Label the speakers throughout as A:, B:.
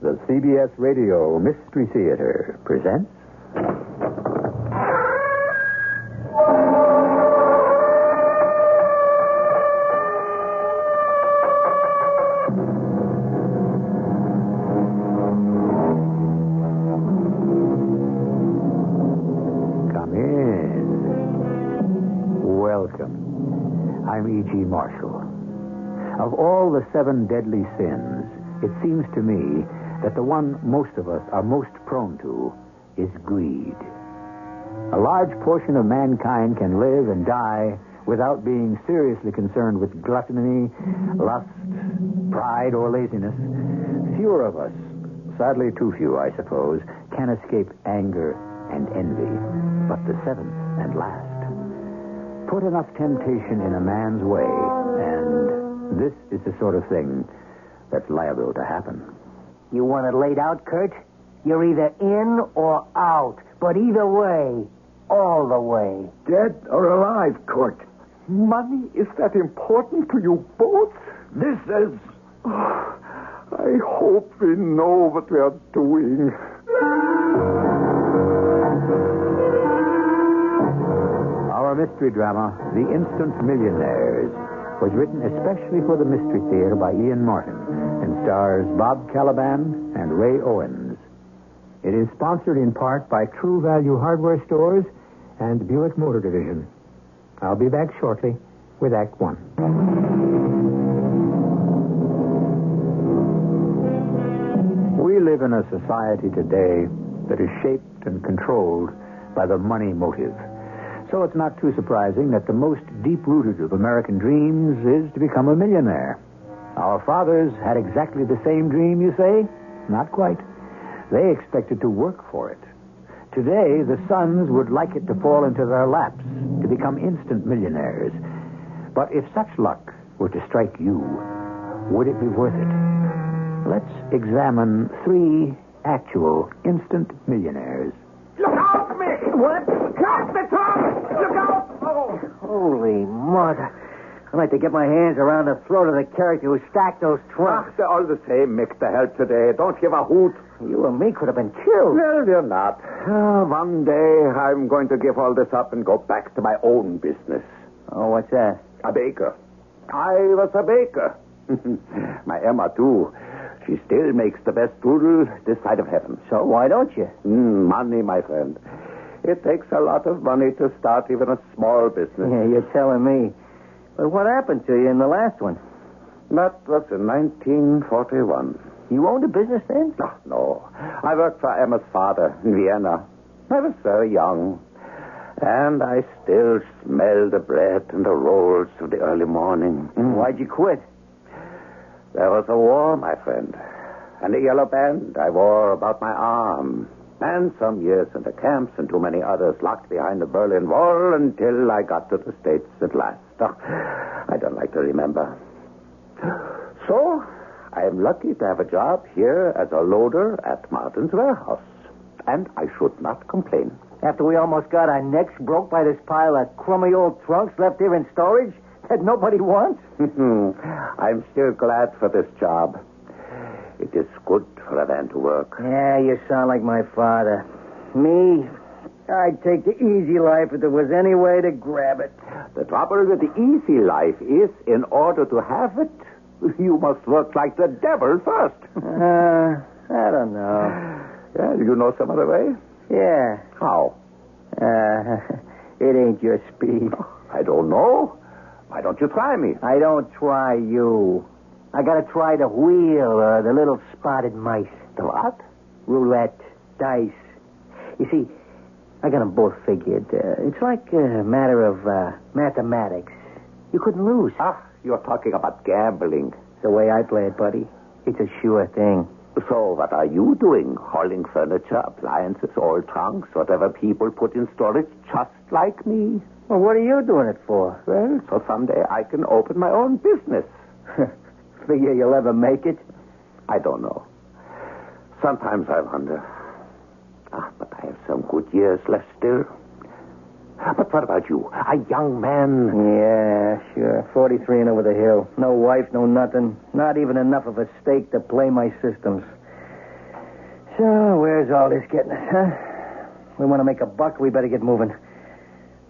A: the CBS Radio Mystery Theater presents. Come in. Welcome. I'm E.G. Marshall. Of all the seven deadly sins, it seems to me that the one most of us are most prone to is greed. A large portion of mankind can live and die without being seriously concerned with gluttony, lust, pride, or laziness. Fewer of us, sadly too few, I suppose, can escape anger and envy. But the seventh and last. Put enough temptation in a man's way, and this is the sort of thing that's liable to happen.
B: You want it laid out, Kurt? You're either in or out. But either way, all the way.
C: Dead or alive, Court.
D: Money is that important to you both?
C: This is.
D: oh, I hope we know what we are doing.
A: Our mystery drama, The Instant Millionaires, was written especially for the Mystery Theater by Ian Martin and stars Bob Caliban and Ray Owens.
E: It is sponsored in part by True Value Hardware Stores and Buick Motor Division. I'll be back shortly with Act One.
A: We live in a society today that is shaped and controlled by the money motive. So it's not too surprising that the most deep rooted of American dreams is to become a millionaire. Our fathers had exactly the same dream, you say? Not quite. They expected to work for it. Today, the sons would like it to fall into their laps, to become instant millionaires. But if such luck were to strike you, would it be worth it? Let's examine three actual instant millionaires.
F: Look out, Mick!
B: What?
F: Cut the tongue! Look out! Oh.
B: Holy mother. I'd like to get my hands around the throat of the character who stacked those trunks.
C: After Ah, all the same, Mick, the help today. Don't give a hoot.
B: Ah. You and me could have been killed.
C: Well, you're not. Uh, one day I'm going to give all this up and go back to my own business.
B: Oh, what's that?
C: A baker. I was a baker. my Emma, too. She still makes the best doodle this side of heaven.
B: So why don't you?
C: Mm, money, my friend. It takes a lot of money to start even a small business.
B: Yeah, you're telling me. But what happened to you in the last one?
C: That was in 1941.
B: You owned a business then?
C: No, no. I worked for Emma's father in Vienna. I was very young. And I still smell the bread and the rolls of the early morning.
B: Why'd you quit?
C: There was a war, my friend, and a yellow band I wore about my arm, and some years in the camps and too many others locked behind the Berlin Wall until I got to the States at last. Oh, I don't like to remember. So, I am lucky to have a job here as a loader at Martin's warehouse, and I should not complain.
B: After we almost got our necks broke by this pile of crummy old trunks left here in storage? that nobody wants?
C: I'm still glad for this job. It is good for a man to work.
B: Yeah, you sound like my father. Me, I'd take the easy life if there was any way to grab it.
C: The trouble with the easy life is, in order to have it, you must work like the devil first.
B: uh, I don't know.
C: Yeah, you know some other way?
B: Yeah.
C: How?
B: Uh, it ain't your speed.
C: I don't know. Why don't you try me?
B: I don't try you. I gotta try the wheel or the little spotted mice.
C: The what?
B: Roulette, dice. You see, I got 'em both figured. Uh, it's like a matter of uh, mathematics. You couldn't lose.
C: Ah, you're talking about gambling.
B: The way I play it, buddy, it's a sure thing.
C: So, what are you doing? Hauling furniture, appliances, old trunks, whatever people put in storage, just like me?
B: Well, what are you doing it for?
C: Well, so someday I can open my own business.
B: Figure you'll ever make it?
C: I don't know. Sometimes I wonder. Ah, but I have some good years left still. But what about you? A young man.
B: Yeah, sure. 43 and over the hill. No wife, no nothing. Not even enough of a stake to play my systems. So, where's all this getting us, huh? We want to make a buck, we better get moving.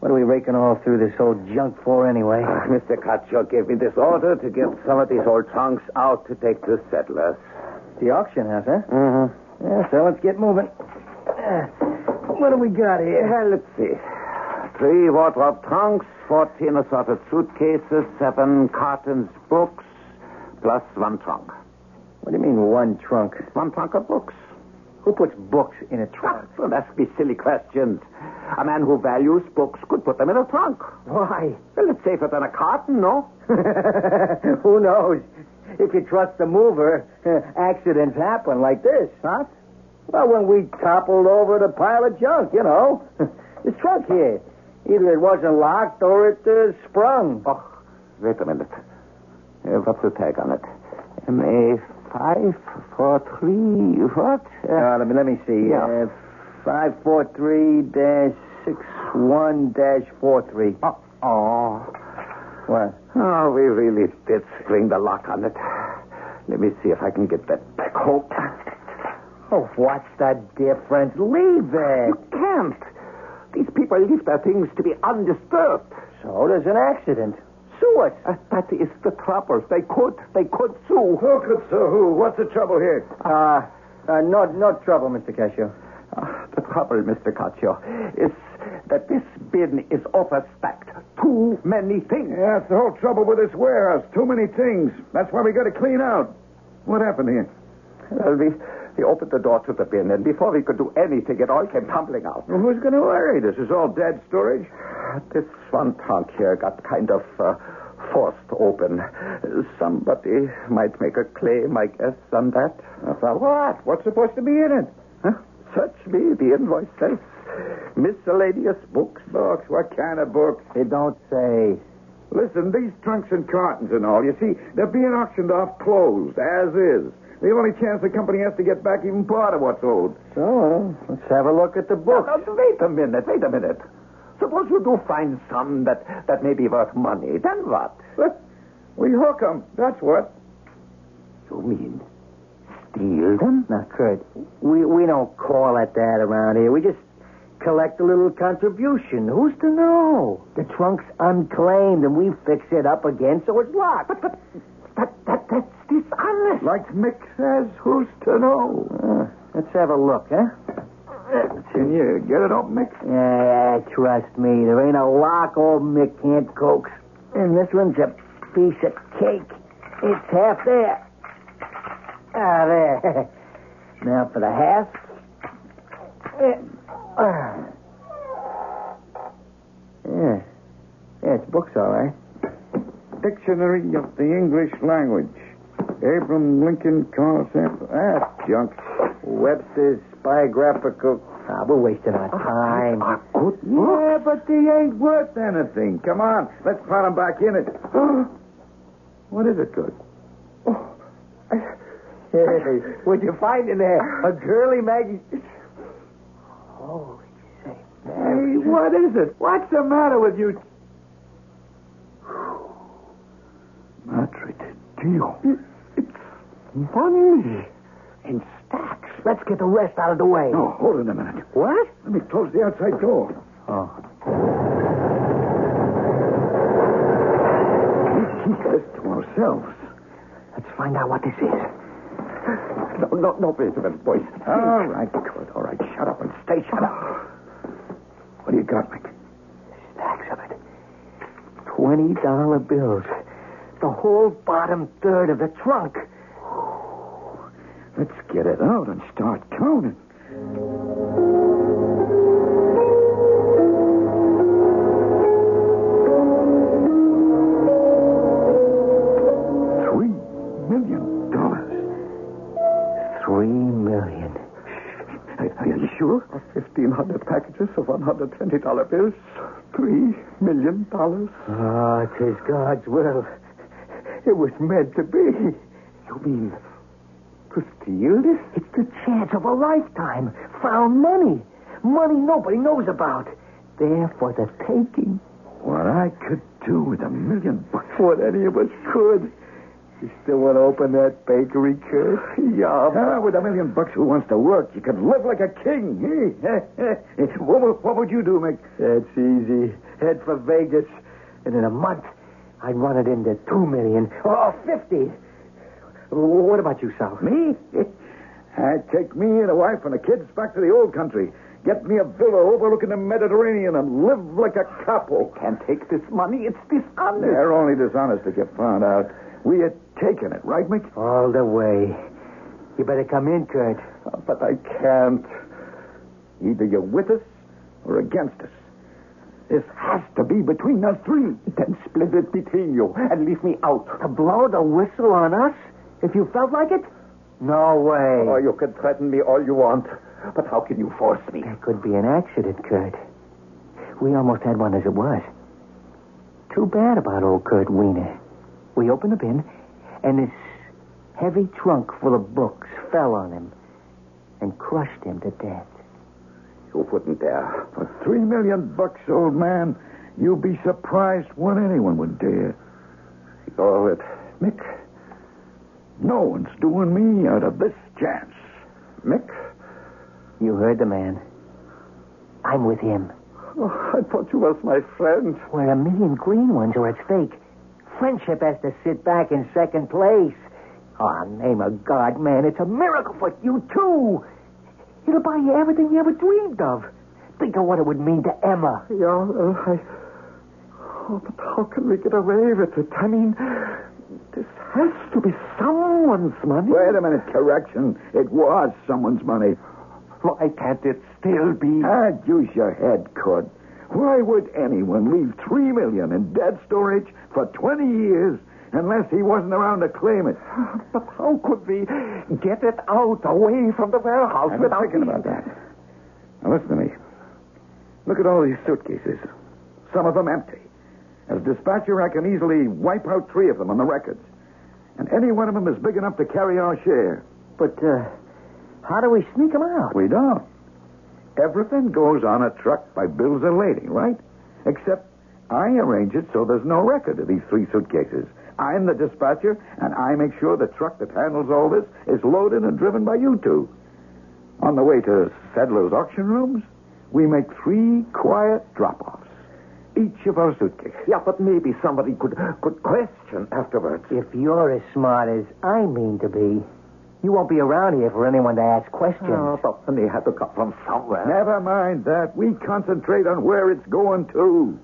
B: What are we raking all through this old junk for anyway?
C: Mr. Kotshaw Ah, gave me this order to get some of these old trunks out to take to settlers.
B: The auction house, huh?
C: Mm-hmm.
B: Yeah, so let's get moving. Yeah. What do we got here? Uh,
C: Well, let's see. Three wardrobe trunks, 14 assorted suitcases, seven cartons books, plus one trunk.
B: What do you mean, one trunk?
C: One trunk of books.
B: Who puts books in a trunk?
C: Don't ask me silly questions. A man who values books could put them in a trunk.
B: Why?
C: Well, it's safer than a carton, no?
B: Who knows? If you trust the mover, accidents happen like this, huh? Well, when we toppled over the pile of junk, you know. this trunk here. Either it wasn't locked or it uh, sprung.
C: Oh, wait a minute. Uh, what's the tag on it? MA five four three what? Uh,
B: Uh, let me let me see.
C: Yeah.
B: Uh, five four three dash six one dash four three.
C: oh, oh.
B: What?
C: Oh, we really did spring the lock on it. Let me see if I can get that back home.
B: Oh, what's the difference? Leave it.
C: You can't. These people leave their things to be undisturbed.
B: So there's an accident.
C: Sue us. Uh, that is the trouble. They could. They could sue.
D: Who could sue who? What's the trouble here?
B: Uh, uh no no trouble, Mr. Cashew.
C: Ah, the trouble, Mr. Caccio, is that this bin is overstacked. Too many things.
D: Yeah, it's the whole trouble with this warehouse. Too many things. That's why we got to clean out. What happened here?
C: Well, we, we opened the door to the bin, and before we could do anything, it all came tumbling out.
D: Well, who's going to worry? This is all dead storage.
C: This one trunk here got kind of uh, forced open. Somebody might make a claim, I guess, on that.
D: For what? What's supposed to be in it?
C: Huh? Search me, the invoice says. Miscellaneous books.
D: Books. What kind of books?
B: They don't say.
D: Listen, these trunks and cartons and all, you see, they're being auctioned off closed, as is. The only chance the company has to get back even part of what's owed.
B: So well, let's have a look at the book.
C: Now, now, Oh, wait a minute, wait a minute. Suppose you do find some that, that may be worth money. Then what?
D: But we hook 'em, that's what.
C: You mean steal them?
B: Now, Kurt, we, we don't call it that around here. We just collect a little contribution. Who's to know? The trunk's unclaimed, and we fix it up again so it's locked. But, but
C: That, that, that's dishonest.
D: Like Mick says, who's to know? Uh,
B: let's have a look, huh?
D: Can you get it open, Mick?
B: Yeah, trust me. There ain't a lock old Mick can't coax. And this one's a piece of cake. It's half there. Ah, there. Now for the half. Uh, Yeah. Yeah, yeah it's books, all right.
D: Dictionary of the English Language. Abram Lincoln Carl Sample. Ah, junk. Webster's biographical.
B: Ah, we're wasting our time.
D: Good yeah, but they ain't worth anything. Come on, let's put 'em back in it. what is it, Good? Oh,
B: Hey, What'd you find in there? A girly Maggie. Holy Saint Mary.
D: Hey, what is it? What's the matter with you? Madre de Dio.
B: Money. In stacks. Let's get the rest out of the way.
D: No, Oh, hold it a minute.
B: What?
D: Let me close the outside door.
B: Oh.
D: We keep this to ourselves.
B: Let's find out what this is.
C: No, no, no, wait a minute, boys.
D: All right, good. All right, shut up and stay shut up. What do you got, Mick?
B: Stacks of it. Twenty dollar bills. The whole bottom third of the trunk.
D: Let's get it out and start counting. Three million dollars.
B: Three million.
C: Are, are you sure? 1,500 packages of $120 bills. $3 million.
B: Ah, oh, tis God's will. It was meant to be.
C: You mean to steal this?
B: It's the chance of a lifetime. Found money. Money nobody knows about. There for the taking.
D: What I could do with a million bucks.
C: What any of us could.
B: You still want to open that bakery, kid?
D: Yeah, with a million bucks, who wants to work? You could live like a king. Hey, what, would, what would you do, Mick?
B: That's easy. Head for Vegas. And in a month, I'd run it into two million or fifty. What about you, Sal?
D: Me? I'd Uh, take me and a wife and the kids back to the old country. Get me a villa overlooking the Mediterranean and live like a capo.
G: Can't take this money. It's dishonest.
D: They're only dishonest if you found out. We had taken it, right, Mick?
B: All the way. You better come in, Kurt.
D: Uh, But I can't. Either you're with us or against us. This has to be between us three.
G: Then split it between you and leave me out.
B: To blow the whistle on us? If you felt like it? No way.
G: Or Oh, you can threaten me all you want, but how can you force me?
B: That could be an accident, Kurt. We almost had one as it was. Too bad about old Kurt Wiener. We opened the bin, and this heavy trunk full of books fell on him and crushed him to death.
G: You wouldn't dare.
D: For three million bucks, old man, you'd be surprised what anyone would dare.
G: Ignore Oh, it.
D: Mick, no one's doing me out of this chance.
G: Mick?
B: You heard the man. I'm with him.
G: Oh, I thought you was my friend.
B: We're a million green ones, or it's fake. Friendship has to sit back in second place. Oh, name of God, man, it's a miracle for you, too. It'll buy you everything you ever dreamed of. Think of what it would mean to Emma.
G: Yeah, uh, I. Oh, but how can we get away with it? I mean, this has to be someone's money.
D: Wait a minute, correction. It was someone's money.
G: Why can't it still be?
D: I'd use your head, Cord. Why would anyone leave three million in dead storage for twenty years unless he wasn't around to claim it?
G: But how could we get it out away from the warehouse
D: I've been
G: without
D: thinking
G: being-
D: about that. Now listen to me. Look at all these suitcases. Some of them empty. As dispatcher, I can easily wipe out three of them on the records. And any one of them is big enough to carry our share.
B: But, uh, how do we sneak him out?
D: We don't. Everything goes on a truck by Bill Zalady, right? Except I arrange it so there's no record of these three suitcases. I'm the dispatcher, and I make sure the truck that handles all this is loaded and driven by you two. On the way to Sadler's auction rooms, we make three quiet drop-offs, each of our suitcase.
G: Yeah, but maybe somebody could could question afterwards.
B: If you're as smart as I mean to be, you won't be around here for anyone to ask questions.
G: Oh, but money had to come from somewhere.
D: Never mind that. We concentrate on where it's going to.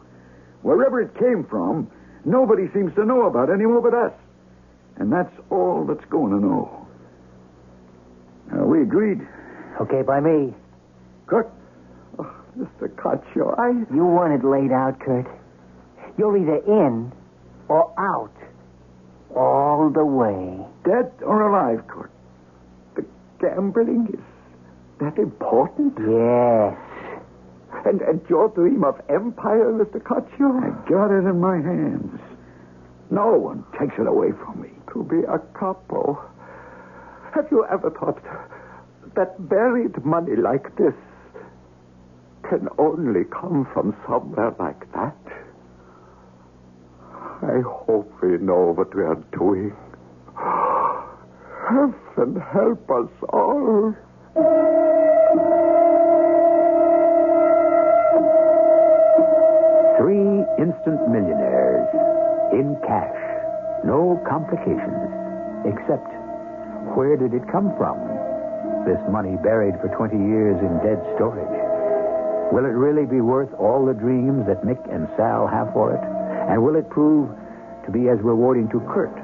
D: Wherever it came from, nobody seems to know about anymore but us. And that's all that's going to know. Now, we agreed.
B: Okay, by me.
D: Cook, Oh,
G: Mr. Cotshaw, I.
B: You want it laid out, Kurt. You're either in or out. All the way.
D: dead or alive, Cook?
G: The gambling is that important?
B: Yes.
G: And, and your dream of empire, Mr.
D: I
G: Cotshaw?
D: got it in my hands. No one takes it away from me.
G: To be a capo. Have you ever thought that buried money like this can only come from somewhere like that? I hope we know what we are doing. Heaven help us all.
C: Three instant millionaires in cash. No complications. Except, where did it come from? This money buried for 20 years in dead storage. Will it really be worth all the dreams that Mick and Sal have for it? And will it prove to be as rewarding to Kurt,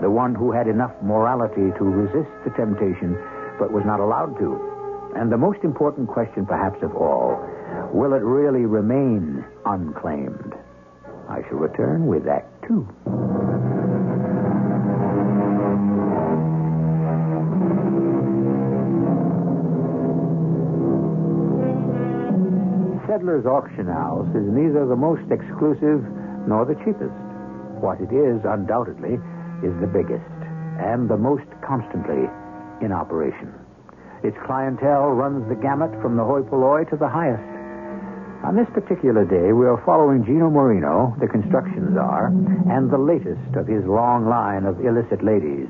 C: the one who had enough morality to resist the temptation but was not allowed to? And the most important question, perhaps of all, will it really remain unclaimed? I shall return with Act Two. Settler's Auction House is neither the most exclusive nor the cheapest. What it is, undoubtedly, is the biggest and the most constantly in operation. Its clientele runs the gamut from the hoi polloi to the highest.
H: On this particular day, we are following Gino Moreno, the construction czar, and the latest of his long line of illicit ladies.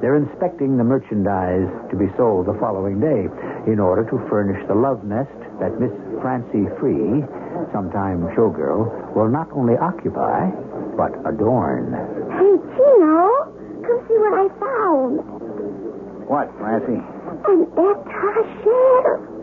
H: They're inspecting the merchandise to be sold the following day in order to furnish the love nest that Miss Francie Free, sometime showgirl, will not only occupy, but adorn.
I: Hey, Gino, come see what I found.
C: What, Francie?
I: An attaché.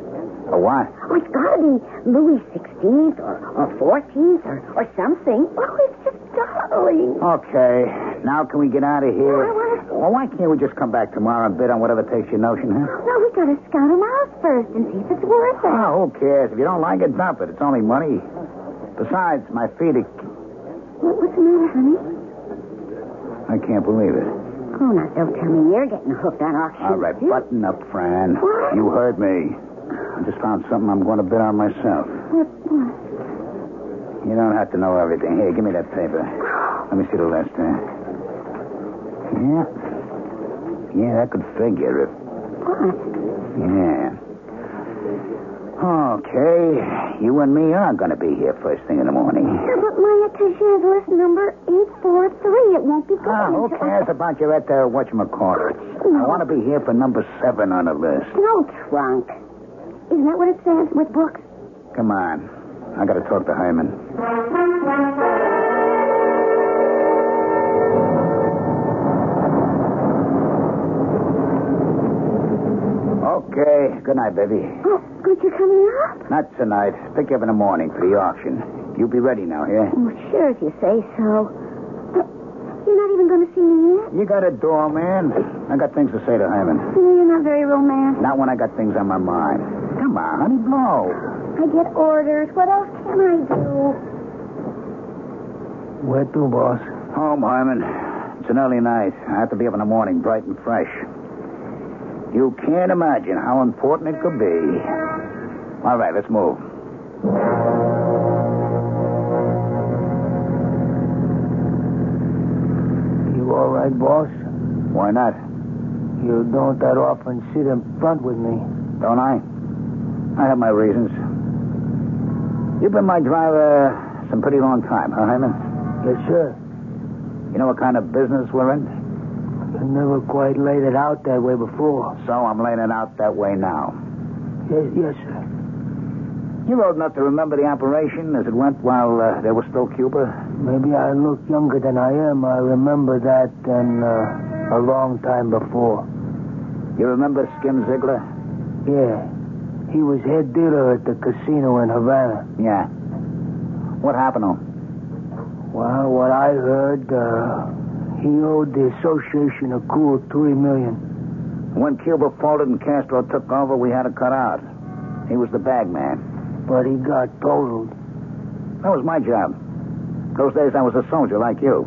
C: A what?
I: Oh, it's got to be Louis XVI or, or 14th or, or something. Oh, it's just darling.
C: Okay. Now can we get out of here?
I: No, I wanna-
C: Well, why can't we just come back tomorrow and bid on whatever takes your notion, huh?
I: No, we got to scout him out first and see if it's worth it.
C: Oh, who cares? If you don't like it, dump it. It's only money. Besides, my feet are...
I: What, what's the matter, honey?
C: I can't believe it.
I: Oh, now, don't tell me you're getting hooked on auction.
C: All right,
I: too.
C: button up, Fran. You heard me. I just found something I'm going to bid on myself.
I: What, what?
C: You don't have to know everything. Here, give me that paper. Let me see the list there. Yeah. Yeah, that could figure if.
I: What?
C: Yeah. Okay. You and me are going to be here first thing in the morning.
I: Yeah, but my attaché is list number 843. It won't be good.
C: Ah, who cares about you at the whatchamacallit? I want to be here for number seven on the list.
I: No trunk. Isn't that what it says with books? Oh,
C: Come on. I got to talk to Hyman. Okay. Good night, baby.
I: Oh, aren't you coming up?
C: Not tonight. Pick you up in the morning for the auction. You be ready now, yeah?
I: Oh, sure, if you say so. But you're not even going to see me yet?
C: You got a door, man. I got things to say to Hyman.
I: No, you're not very romantic.
C: Not when I got things on my mind. Come on, honey, blow.
I: I get orders. What else can I do?
C: Where to, boss? Home, Hyman. It's an early night. I have to be up in the morning, bright and fresh. You can't imagine how important it could be. All right, let's move.
B: You all right, boss?
C: Why not?
B: You don't that often sit in front with me.
C: Don't I? I have my reasons. You've been my driver uh, some pretty long time, huh, Hyman?
B: Yes, sir.
C: You know what kind of business we're in?
B: I never quite laid it out that way before.
C: So I'm laying it out that way now.
B: Yes, yes, sir.
C: You're old enough to remember the operation as it went while uh, there was still Cuba.
B: Maybe I look younger than I am. I remember that and uh, a long time before.
C: You remember Skim Ziegler?
B: Yeah. He was head dealer at the casino in Havana.
C: Yeah. What happened to him?
B: Well, what I heard, uh, he owed the association a cool three million.
C: When Cuba folded and Castro took over, we had to cut out. He was the bag man.
B: But he got totaled.
C: That was my job. Those days I was a soldier like you.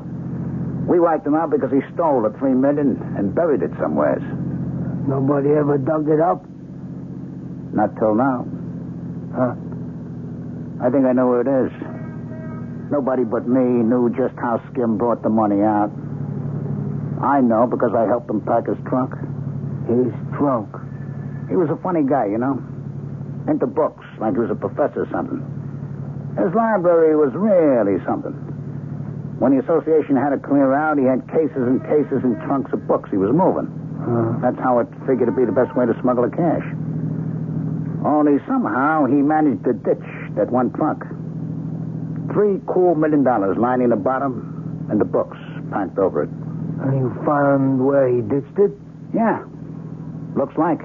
C: We wiped him out because he stole the three million and buried it somewheres.
B: Nobody ever dug it up.
C: Not till now. Huh? I think I know where it is. Nobody but me knew just how Skim brought the money out. I know because I helped him pack his trunk.
B: His trunk.
C: He was a funny guy, you know. Into books, like he was a professor or something. His library was really something. When the association had to clear out, he had cases and cases and trunks of books he was moving.
B: Uh,
C: That's how it figured to be the best way to smuggle the cash. Only somehow he managed to ditch that one trunk. Three cool million dollars lining the bottom and the books packed over it.
B: and you found where he ditched it?
C: Yeah, looks like.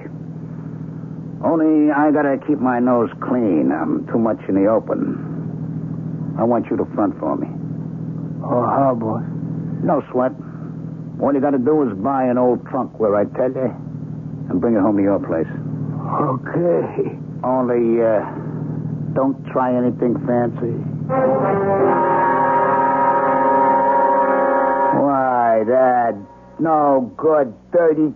C: Only I gotta keep my nose clean. I'm too much in the open. I want you to front for me.
B: Oh, how, boss?
C: No sweat. All you gotta do is buy an old trunk where I tell you and bring it home to your place.
B: Okay.
C: Only, uh, don't try anything fancy. Why, that no good dirty.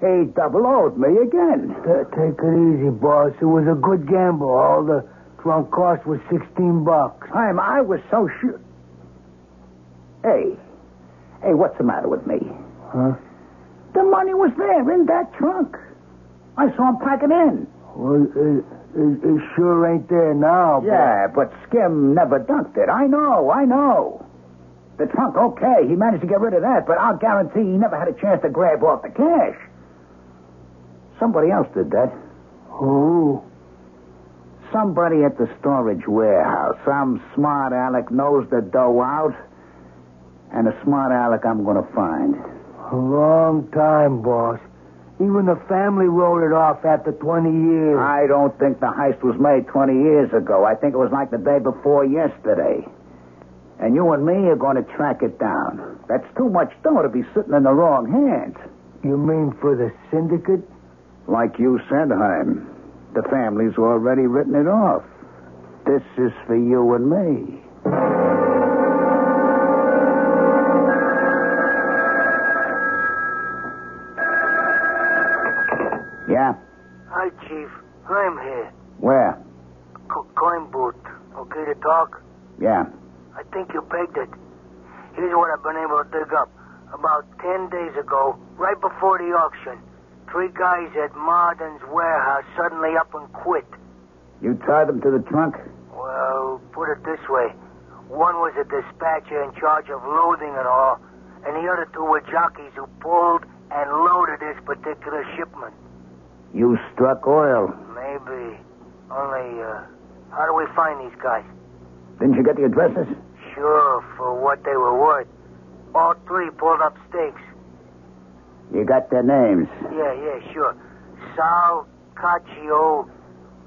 C: He double owed me again.
B: Ta- take it easy, boss. It was a good gamble. All the trunk cost was 16 bucks.
C: Time I was so sure. Hey, hey, what's the matter with me?
B: Huh?
C: The money was there in that trunk. I saw him pack it in.
B: Well, uh,
I: It, it sure ain't there now. but-
B: Yeah, but Skim never dunked it. I know, I know. The trunk, okay, he managed to get rid of that, but I'll guarantee he never had a chance to grab off the cash. Somebody else did that.
I: Oh,
B: Somebody at the storage warehouse. Some smart aleck knows the dough out, and a smart aleck I'm going to find.
I: a long time, boss. Even the family wrote it off after 20 years.
B: I don't think the heist was made 20 years ago. I think it was like the day before yesterday. And you and me are going to track it down. That's too much dough to be sitting in the wrong hands.
I: You mean for the syndicate?
B: Like you said, Heim, the family's already written it off. This is for you and me. Yeah,
J: Hi, Chief. I'm here.
B: where?
J: Co- coin boot. Okay to talk?
B: Yeah.
J: I think you begged it. Here's what I've been able to dig up. About ten days ago, right before the auction, three guys at Marden's warehouse suddenly up and quit.
B: You tied them to the trunk?
J: Well, put it this way. One was a dispatcher in charge of loading and all, and the other two were jockeys who pulled and loaded this particular shipment.
B: You struck oil.
J: Maybe. Only, uh, how do we find these guys?
B: Didn't you get the addresses?
J: Sure, for what they were worth. All three pulled up stakes.
B: You got their names.
J: Yeah, yeah, sure. Sal Caccio,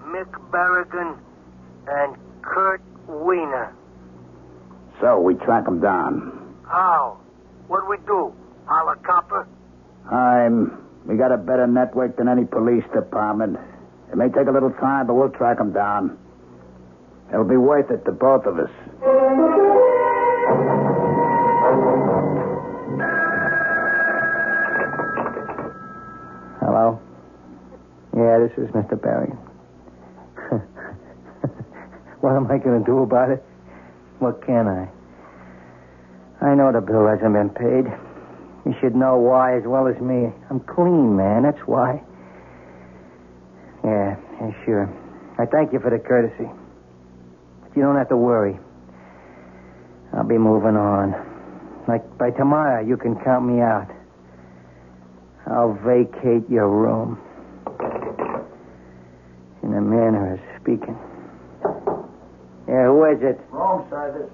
J: Mick Berrigan, and Kurt Wiener.
B: So we track them down.
J: How? What we do? Holla copper?
B: I'm. We got a better network than any police department. It may take a little time, but we'll track them down. It'll be worth it to both of us. Hello? Yeah, this is Mr. Berrigan. What am I going to do about it? What can I? I know the bill hasn't been paid. You should know why as well as me. I'm clean, man. That's why. Yeah, yeah, sure. I thank you for the courtesy. But you don't have to worry. I'll be moving on. Like by tomorrow, you can count me out. I'll vacate your room. In a manner of speaking. Yeah, who is it? Wrong, Sergeant.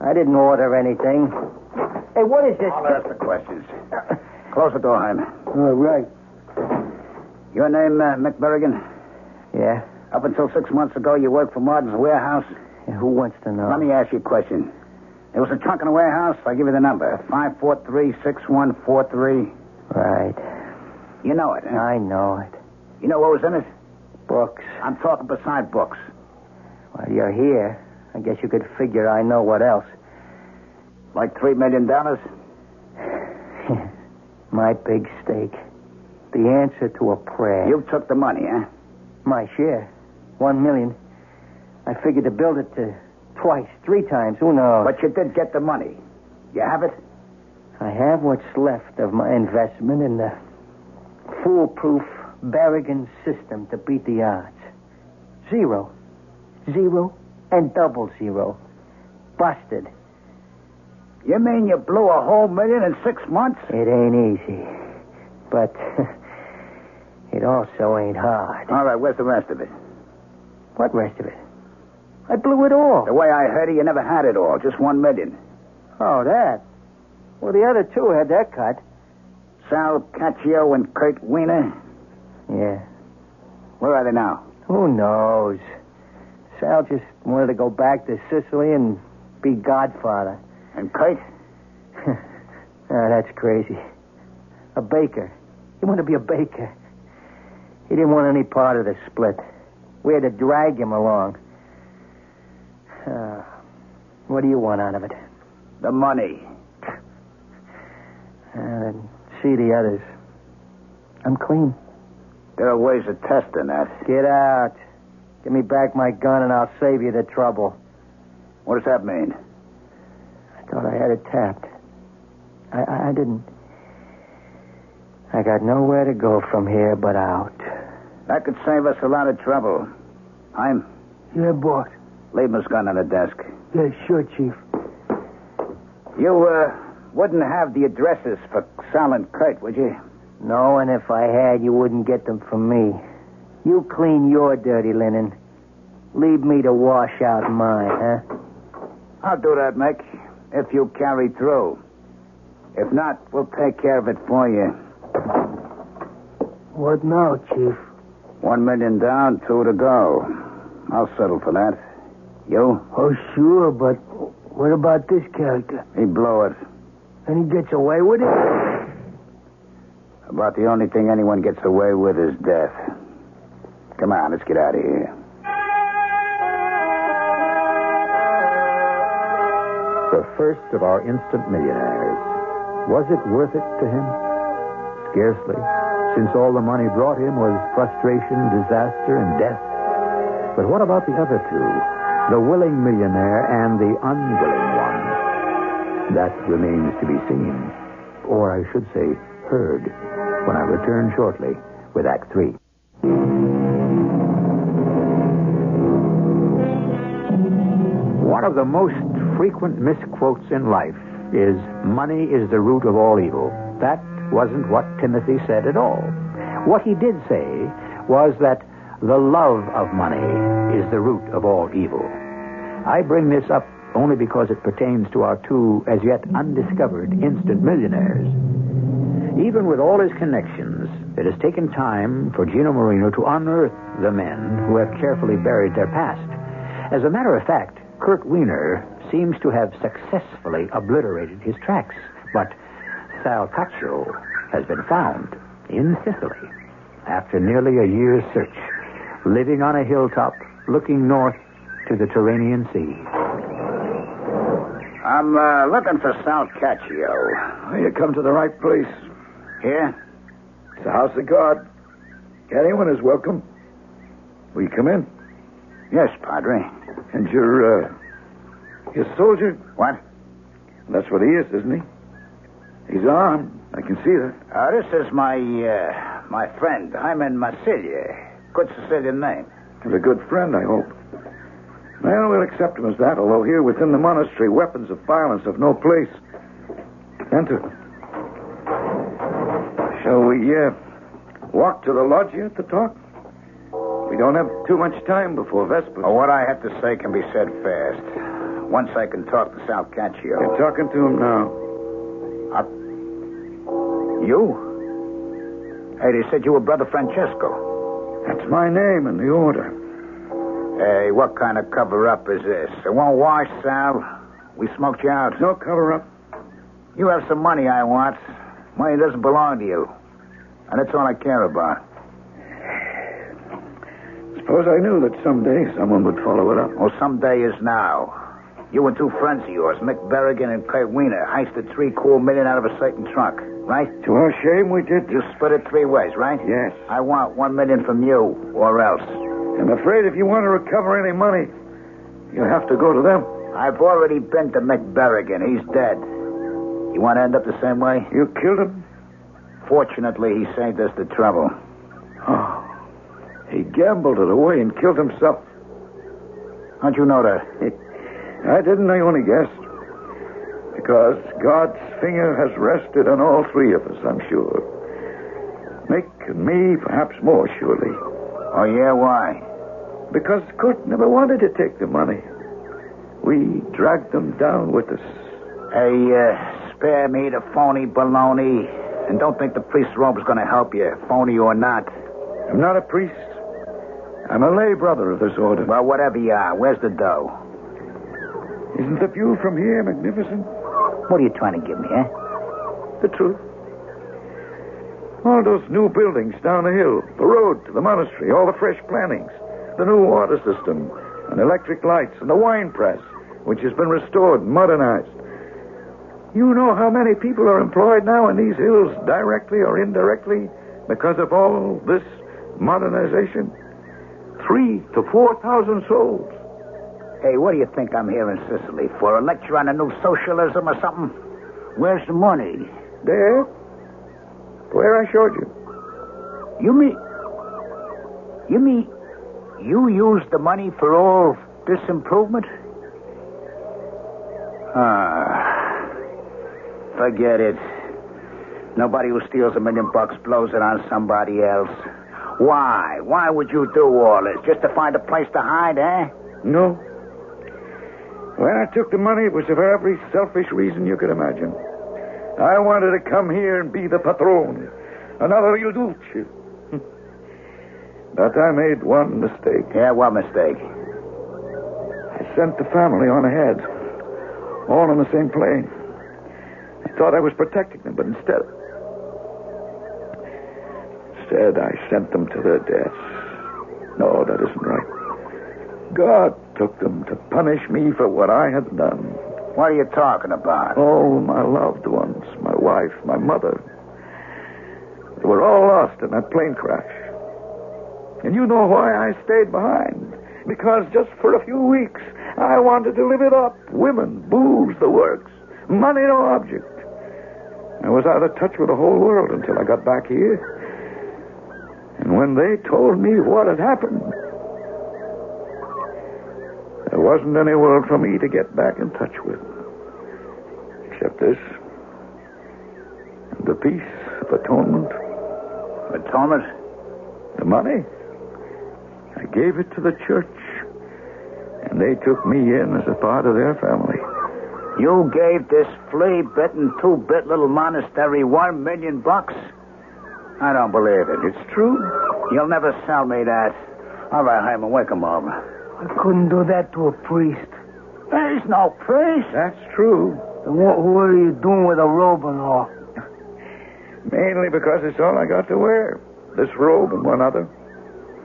B: I didn't order anything. Hey, what is this?
C: I'll ask the questions.
B: Close the door, Heim.
I: All right.
B: Your name, uh, Mick Berrigan? Yeah. Up until six months ago, you worked for Martin's warehouse? who wants to know? Let me ask you a question. There was a trunk in the warehouse. I'll give you the number. 543-6143. Right. You know it, huh? I know it. You know what was in it? Books. I'm talking beside books. Well, you're here. I guess you could figure I know what else. Like three million dollars? My big stake. The answer to a prayer. You took the money, huh? My share. One million. I figured to build it to twice, three times, who knows? But you did get the money. You have it? I have what's left of my investment in the foolproof Berrigan system to beat the odds. Zero. Zero and double zero. Busted. You mean you blew a whole million in six months? It ain't easy. But it also ain't hard. All right, where's the rest of it? What rest of it? I blew it all. The way I heard it, you never had it all. Just one million. Oh, that. Well, the other two had that cut. Sal Caccio and Kurt Wiener? Yeah. Where are they now? Who knows? Sal just wanted to go back to Sicily and be godfather. And Kurt? Ah, that's crazy. A baker. He wanted to be a baker. He didn't want any part of the split. We had to drag him along. Ah, what do you want out of it? The money. see the others. I'm clean. There are ways of testing that. Get out. Give me back my gun and I'll save you the trouble. What does that mean? I thought I had it tapped. I, I, I didn't. I got nowhere to go from here but out. That could save us a lot of trouble.
C: I'm.
I: Yeah, boss.
C: Laban's gun on the desk.
I: Yeah, sure, Chief.
C: You, uh, wouldn't have the addresses for Silent Kurt, would you?
I: No, and if I had, you wouldn't get them from me. You clean your dirty linen. Leave me to wash out mine, huh?
C: I'll do that, Mick, if you carry through. If not, we'll take care of it for you.
I: What now, Chief?
C: One million down, two to go. I'll settle for that. You?
I: Oh, sure, but what about this character?
C: He blow it.
I: And he gets away with it?
C: About the only thing anyone gets away with is death. Come on, let's get out of here.
A: The first of our instant millionaires. Was it worth it to him? Scarcely, since all the money brought him was frustration, disaster, and death. But what about the other two? The willing millionaire and the unwilling one? That remains to be seen. Or I should say, heard, when I return shortly with Act Three. One of the most frequent misquotes in life is money is the root of all evil. That wasn't what Timothy said at all. What he did say was that the love of money is the root of all evil. I bring this up only because it pertains to our two as yet undiscovered instant millionaires. Even with all his connections, it has taken time for Gino Marino to unearth the men who have carefully buried their past. As a matter of fact, Kurt Weiner seems to have successfully obliterated his tracks, but Salcaccio has been found in Sicily after nearly a year's search, living on a hilltop looking north to the Tyrrhenian Sea.
C: I'm uh, looking for Salcaccio.
D: You come to the right place.
C: Here?
D: It's the house of God. Anyone is welcome. Will you come in?
C: Yes, Padre.
D: And your, uh, your soldier,
C: What?
D: that's what he is, isn't he? He's armed. I can see that.
C: Uh, this is my uh, my friend, Hyman Marsilia. Good Sicilian name.
D: He's a good friend, I hope. Well, we'll accept him as that, although here within the monastery, weapons of violence have no place. Enter. Shall we, uh, walk to the loggia to talk? We don't have too much time before Vespers.
C: Well, what I have to say can be said fast. Once I can talk to Salcaccio.
D: You're talking to him now.
C: Uh, You? Hey, they said you were Brother Francesco.
D: That's my name and the order.
C: Hey, what kind of cover up is this? It won't wash, Sal. We smoked you out.
D: No cover up.
C: You have some money I want. Money doesn't belong to you. And that's all I care about.
D: Suppose I knew that someday someone would follow it up.
C: Well, someday is now. You and two friends of yours, Mick Berrigan and Kurt Wiener, heisted three cool million out of a certain trunk, right?
D: To our shame, we did
C: You
D: just.
C: split it three ways, right?
D: Yes.
C: I want one million from you, or else.
D: I'm afraid if you want to recover any money, you'll have to go to them.
C: I've already been to Mick Berrigan. He's dead. You want to end up the same way?
D: You killed him?
C: Fortunately, he saved us the trouble.
D: Oh. He gambled it away and killed himself.
C: How'd you know that?
D: I didn't, I only guessed. Because God's finger has rested on all three of us, I'm sure. Mick and me, perhaps more surely.
C: Oh, yeah? Why?
D: Because Kurt never wanted to take the money. We dragged them down with us.
C: Hey, uh, spare me the phony baloney. And don't think the priest's robe's going to help you, phony or not.
D: I'm not a priest. I'm a lay brother of this order.
C: Well, whatever you are, where's the dough?
D: Isn't the view from here magnificent?
C: What are you trying to give me, eh?
D: The truth. All those new buildings down the hill, the road to the monastery, all the fresh plannings, the new water system, and electric lights, and the wine press, which has been restored and modernized. You know how many people are employed now in these hills, directly or indirectly, because of all this modernization? Three to four thousand souls.
C: Hey, what do you think I'm here in Sicily for? A lecture on a new socialism or something? Where's the money?
D: There? Where I showed you.
C: You mean. You mean. You used the money for all this improvement? Ah. Forget it. Nobody who steals a million bucks blows it on somebody else. Why? Why would you do all this? Just to find a place to hide, eh?
D: No. When I took the money, it was for every selfish reason you could imagine. I wanted to come here and be the patron, another Il Dulce. but I made one mistake.
C: Yeah, what mistake?
D: I sent the family on ahead, all on the same plane. I thought I was protecting them, but instead. Instead, I sent them to their deaths. No, that isn't right. God took them to punish me for what I had done.
C: What are you talking about?
D: All my loved ones, my wife, my mother. They were all lost in that plane crash. And you know why I stayed behind. Because just for a few weeks, I wanted to live it up. Women, booze, the works. Money no object. I was out of touch with the whole world until I got back here. And when they told me what had happened, there wasn't any world for me to get back in touch with. Except this. The peace of atonement.
C: Atonement?
D: The money. I gave it to the church. And they took me in as a part of their family.
C: You gave this flea-bitten, two-bit little monastery one million bucks? I don't believe it.
D: It's true.
C: You'll never sell me that. All right, Hyman, wake him over.
B: I couldn't do that to a priest.
C: There's no priest.
D: That's true.
B: Then what, what are you doing with a robe and all?
D: Mainly because it's all I got to wear. This robe and one other.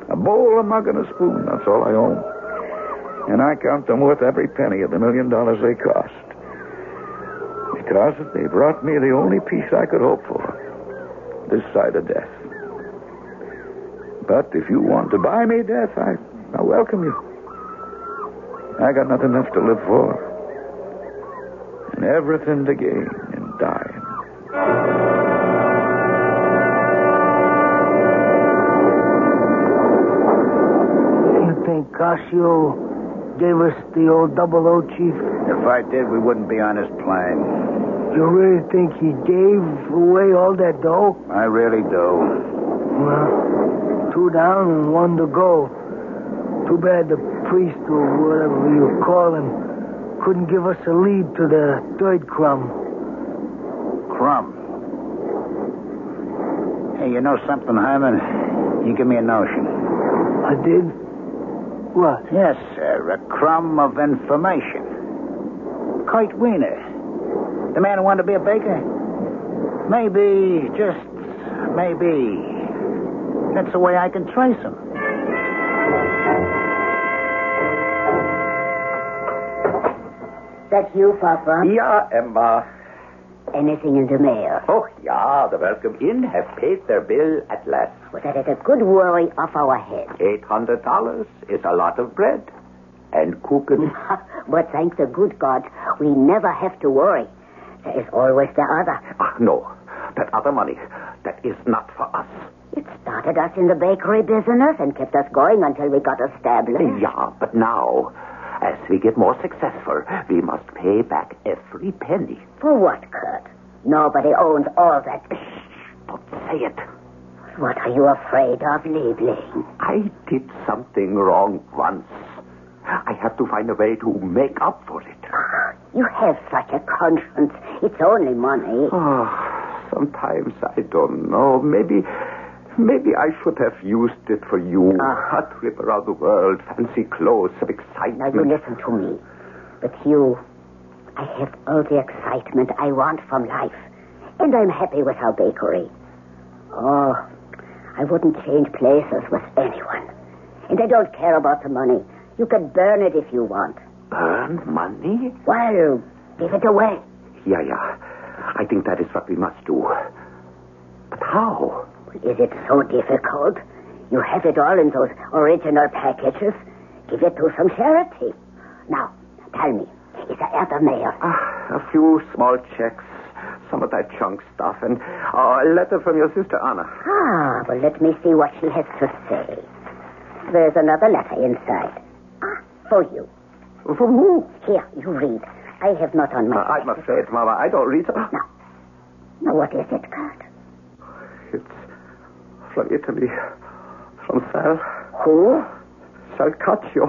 D: A bowl, a mug, and a spoon. That's all I own. And I count them worth every penny of the million dollars they cost. Because they brought me the only peace I could hope for. This side of death. But if you want to buy me death, I, I welcome you. I got nothing left to live for. And everything to gain in dying.
B: You think Casio gave us the old double O, Chief?
C: If I did, we wouldn't be on his plane.
B: You really think he gave away all that dough?
C: I really do.
B: Well, two down and one to go. Too bad the priest or whatever you call him couldn't give us a lead to the third crumb.
C: Crumb. Hey, you know something, Hyman? You give me a notion.
B: I did? What?
C: Yes, sir. A crumb of information. Kurt Wiener. The man who wanted to be a baker? Maybe, just maybe. That's the way I can trace him.
K: That's you, Papa.
I: Ja, Emma.
K: Anything in the mail.
I: Oh, ja, the welcome in have paid their bill at last.
K: Well, that is a good worry off our head.
I: $800 is a lot of bread and cooking.
K: but thank the good God, we never have to worry. There is always the other.
I: Ach, no. That other money, that is not for us.
K: It started us in the bakery business and kept us going until we got established.
I: Yeah, but now, as we get more successful, we must pay back every penny.
K: For what, Kurt? Nobody owns all that.
I: Don't say it.
K: What are you afraid of, Liebling?
I: I did something wrong once. I have to find a way to make up for it.
K: You have such a conscience. It's only money.
I: Ah, sometimes I don't know. Maybe, maybe I should have used it for you.
K: Ah.
I: A trip around the world, fancy clothes, some
K: Now, you
I: excitement.
K: listen to me. With you, I have all the excitement I want from life. And I'm happy with our bakery. Oh, I wouldn't change places with anyone. And I don't care about the money. You can burn it if you want.
I: Burn money?
K: Well, give it away.
I: Yeah, yeah. I think that is what we must do. But how?
K: Is it so difficult? You have it all in those original packages. Give it to some charity. Now, tell me, is there other mail?
I: Ah, a few small checks, some of that junk stuff, and uh, a letter from your sister Anna.
K: Ah, well, let me see what she has to say. There's another letter inside. Ah, for you.
C: From Oh, who?
K: Here, you read. I have not on my.
C: Uh, I'm afraid, Mama, I don't read.
K: No. Now, what is it, Kurt?
C: It's from Italy. From Sal.
K: Who?
C: Salcaccio.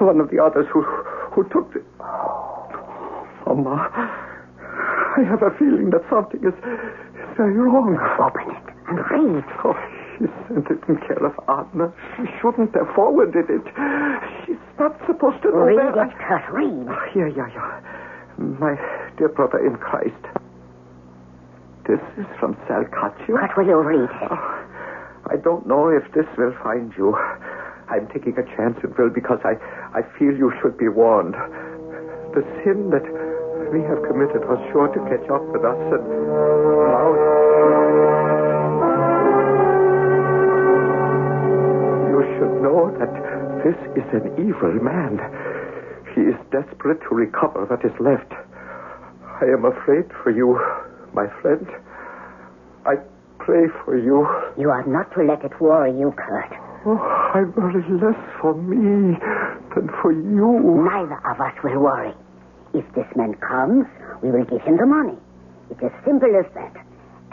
C: One of the others who, who took the. Mama, I have a feeling that something is very wrong.
K: Open it and read.
C: Oh, she sent it in care of Adna. She shouldn't have forwarded it. She's not supposed to know
K: read
C: that.
K: it, Kurt, read.
C: Oh, yeah, yeah, yeah. My dear brother in Christ. This is from Salcaccio.
K: What will you read? it?
C: Oh, I don't know if this will find you. I'm taking a chance it will because I, I feel you should be warned. The sin that we have committed was sure to catch up with us, and now. You should know that this is an evil man. He is desperate to recover what is left. I am afraid for you, my friend. I pray for you.
K: You are not to let it worry you, Kurt.
C: Oh, I'm worried less for me than for you.
K: Neither of us will worry. If this man comes, we will give him the money. It's as simple as that.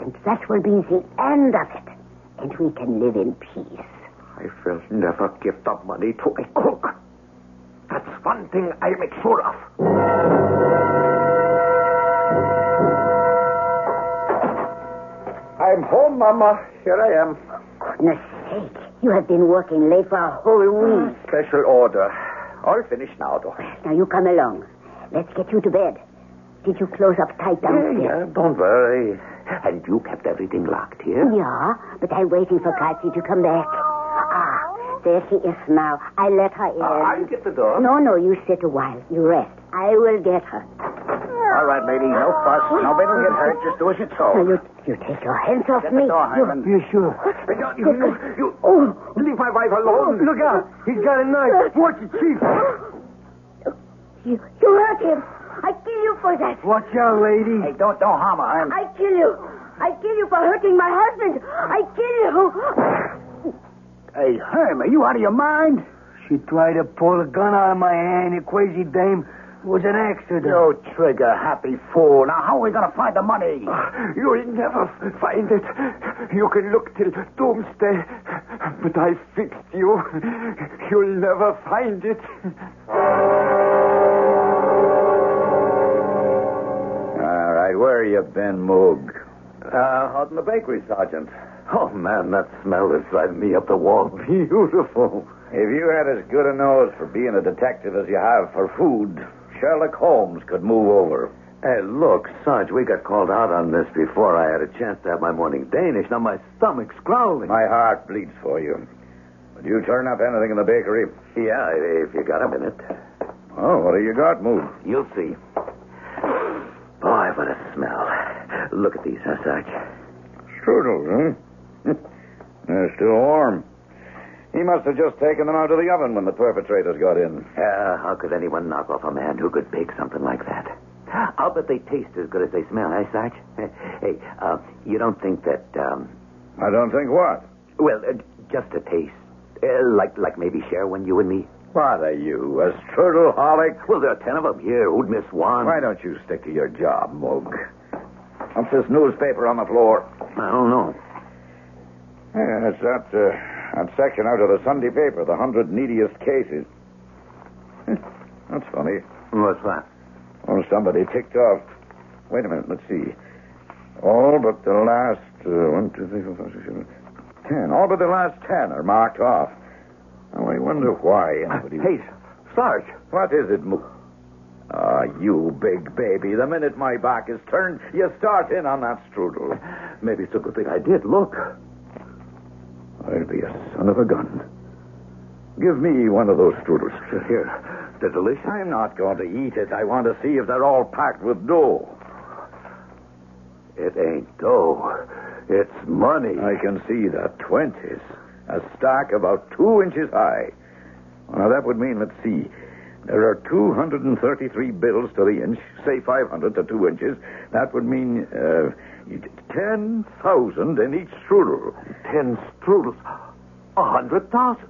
K: And that will be the end of it. And we can live in peace.
C: I will never give the money to a crook. That's one thing I'll make sure of. I'm home, Mama. Here I am.
K: Goodness sake, you have been working late for a whole week.
C: Special order. All finished now, though.
K: Now you come along. Let's get you to bed. Did you close up tight downstairs?
C: Yeah, don't worry. And you kept everything locked here?
K: Yeah, but I'm waiting for Kathy to come back. Ah, there she is now. I let her in.
C: Uh, I'll get the door.
K: No, no, you sit a while. You rest. I will get her.
L: All right, lady, no fuss. Nobody will get hurt. Just do as you're
C: Oh.
K: Now
L: told.
K: you, you take your hands off
L: Get
K: me.
L: the door,
K: You-
L: Hyman.
I: You sure?
C: Don't you, you, you-
L: oh,
C: leave my wife alone.
I: Oh, Look out. He's got a
L: Uh,
I: knife. Watch it, Chief.
K: You, you hurt him. I kill you for that.
I: Watch out, lady.
L: Hey, don't, don't harm her. I'm...
K: I kill you. I kill you for hurting my husband. I kill you.
L: Hey, Herm, are you out of your mind?
I: She tried to pull a gun out of my hand. A crazy dame. It was an accident.
L: No trigger, happy fool. Now, how are we going to find the money?
C: You'll never find it. You can look till doomsday, but I fixed you. You'll never find it.
D: All right, where you been, Moog?
C: Uh, out in the bakery, Sergeant. Oh, man, that smell is driving me up the wall. Beautiful.
D: If you had as good a nose for being a detective as you have for food, Sherlock Holmes could move over.
C: Hey, look, Sarge, we got called out on this before I had a chance to have my morning Danish. Now my stomach's growling.
D: My heart bleeds for you. Would you turn up anything in the bakery?
C: Yeah, if you got a minute.
D: Oh, what do you got, Moog?
C: You'll see. Boy, what a smell. Look at these, huh, Sarge?
D: Strudels, huh? They're still warm. He must have just taken them out of the oven when the perpetrators got in.
C: Uh, how could anyone knock off a man who could bake something like that? I'll bet they taste as good as they smell, eh, Sarge? Hey, uh, you don't think that, um,
D: I don't think what.
C: well, uh, just a taste. Uh, like, like maybe share one, you and me?
D: What are you, a strudelholic?
C: Well, there are ten of them here. Who'd miss one?
D: Why don't you stick to your job, Moog? What's this newspaper on the floor?
C: I don't know.
D: Yeah, it's that, uh, that section out of the Sunday paper, the hundred neediest cases. Huh, That's funny.
C: What's that?
D: Oh, somebody ticked off. Wait a minute, let's see. All but the last uh, one, two, three, four, five, six, seven, ten. All but the last ten are marked off. Oh, I wonder why anybody.
C: Uh, hey, Sarge.
D: What is it, Mo? Ah, you big baby. The minute my back is turned, you start in on that strudel.
C: Maybe it's a good thing I did. Look.
D: I'll be a son of a gun. Give me one of those strudels.
C: Here. They're delicious.
D: I'm not going to eat it. I want to see if they're all packed with dough.
C: It ain't dough. It's money.
D: I can see the twenties. A stack about two inches high. Now that would mean, let's see, there are 233 bills to the inch, say 500 to two inches. That would mean uh, 10,000 in each strudel.
C: Ten strudels.
M: A hundred thousand.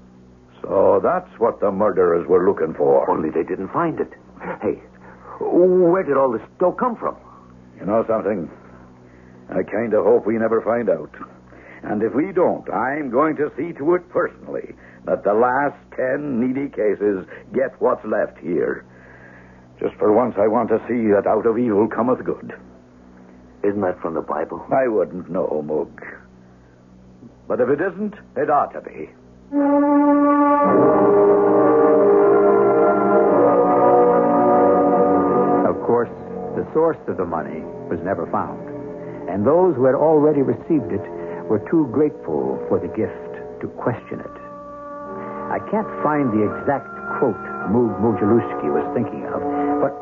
D: So that's what the murderers were looking for.
M: Only they didn't find it. Hey, where did all this dough come from?
D: You know something? I kind of hope we never find out. And if we don't, I'm going to see to it personally that the last ten needy cases get what's left here. Just for once, I want to see that out of evil cometh good.
M: Isn't that from the Bible?
D: I wouldn't know, Moog. But if it isn't, it ought to be.
C: Of course, the source of the money was never found, and those who had already received it were too grateful for the gift to question it. I can't find the exact quote Moog Mujaluski was thinking of, but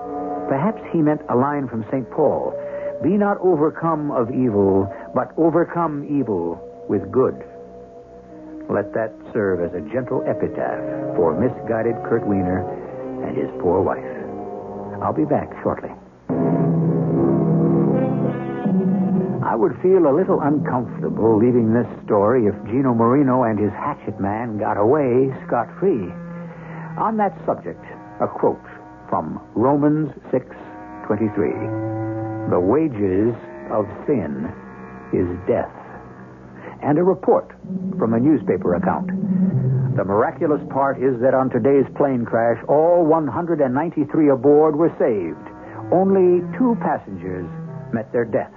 C: perhaps he meant a line from St. Paul Be not overcome of evil, but overcome evil with good. Let that serve as a gentle epitaph for misguided Kurt Wiener and his poor wife. I'll be back shortly. I would feel a little uncomfortable leaving this story if Gino Marino and his hatchet man got away scot free. On that subject, a quote from Romans 6:23. The wages of sin is death and a report from a newspaper account. The miraculous part is that on today's plane crash, all 193 aboard were saved. Only two passengers met their deaths.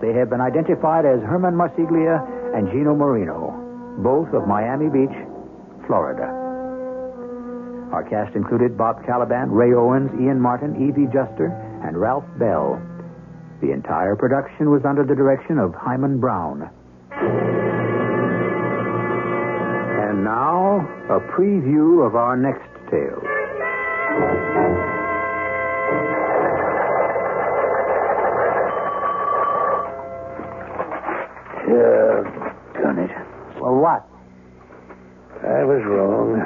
C: They have been identified as Herman Marsiglia and Gino Marino, both of Miami Beach, Florida. Our cast included Bob Caliban, Ray Owens, Ian Martin, Evie Juster, and Ralph Bell. The entire production was under the direction of Hyman Brown. And now, a preview of our next tale.
N: Yeah, done it.
C: Well, what?
N: I was wrong.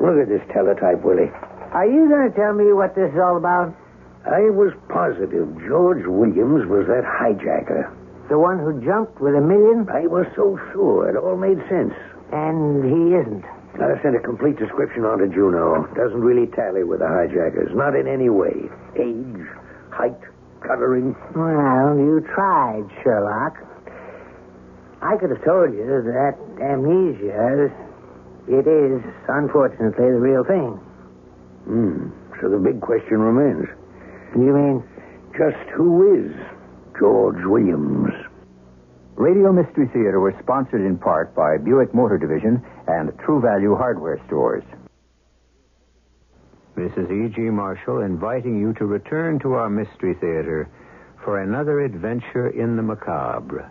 N: Look at this teletype, Willie.
B: Are you going to tell me what this is all about?
N: I was positive George Williams was that hijacker.
B: The one who jumped with a million?
N: I was so sure. It all made sense.
B: And he isn't.
N: I sent a complete description on to Juno. Doesn't really tally with the hijackers. Not in any way. Age, height, coloring.
B: Well, you tried, Sherlock. I could have told you that amnesia, it is, unfortunately, the real thing.
N: Hmm. So the big question remains.
B: You mean?
N: Just who is George Williams.
C: Radio Mystery Theater was sponsored in part by Buick Motor Division and True Value Hardware Stores. This is E.G. Marshall inviting you to return to our Mystery Theater for another adventure in the macabre.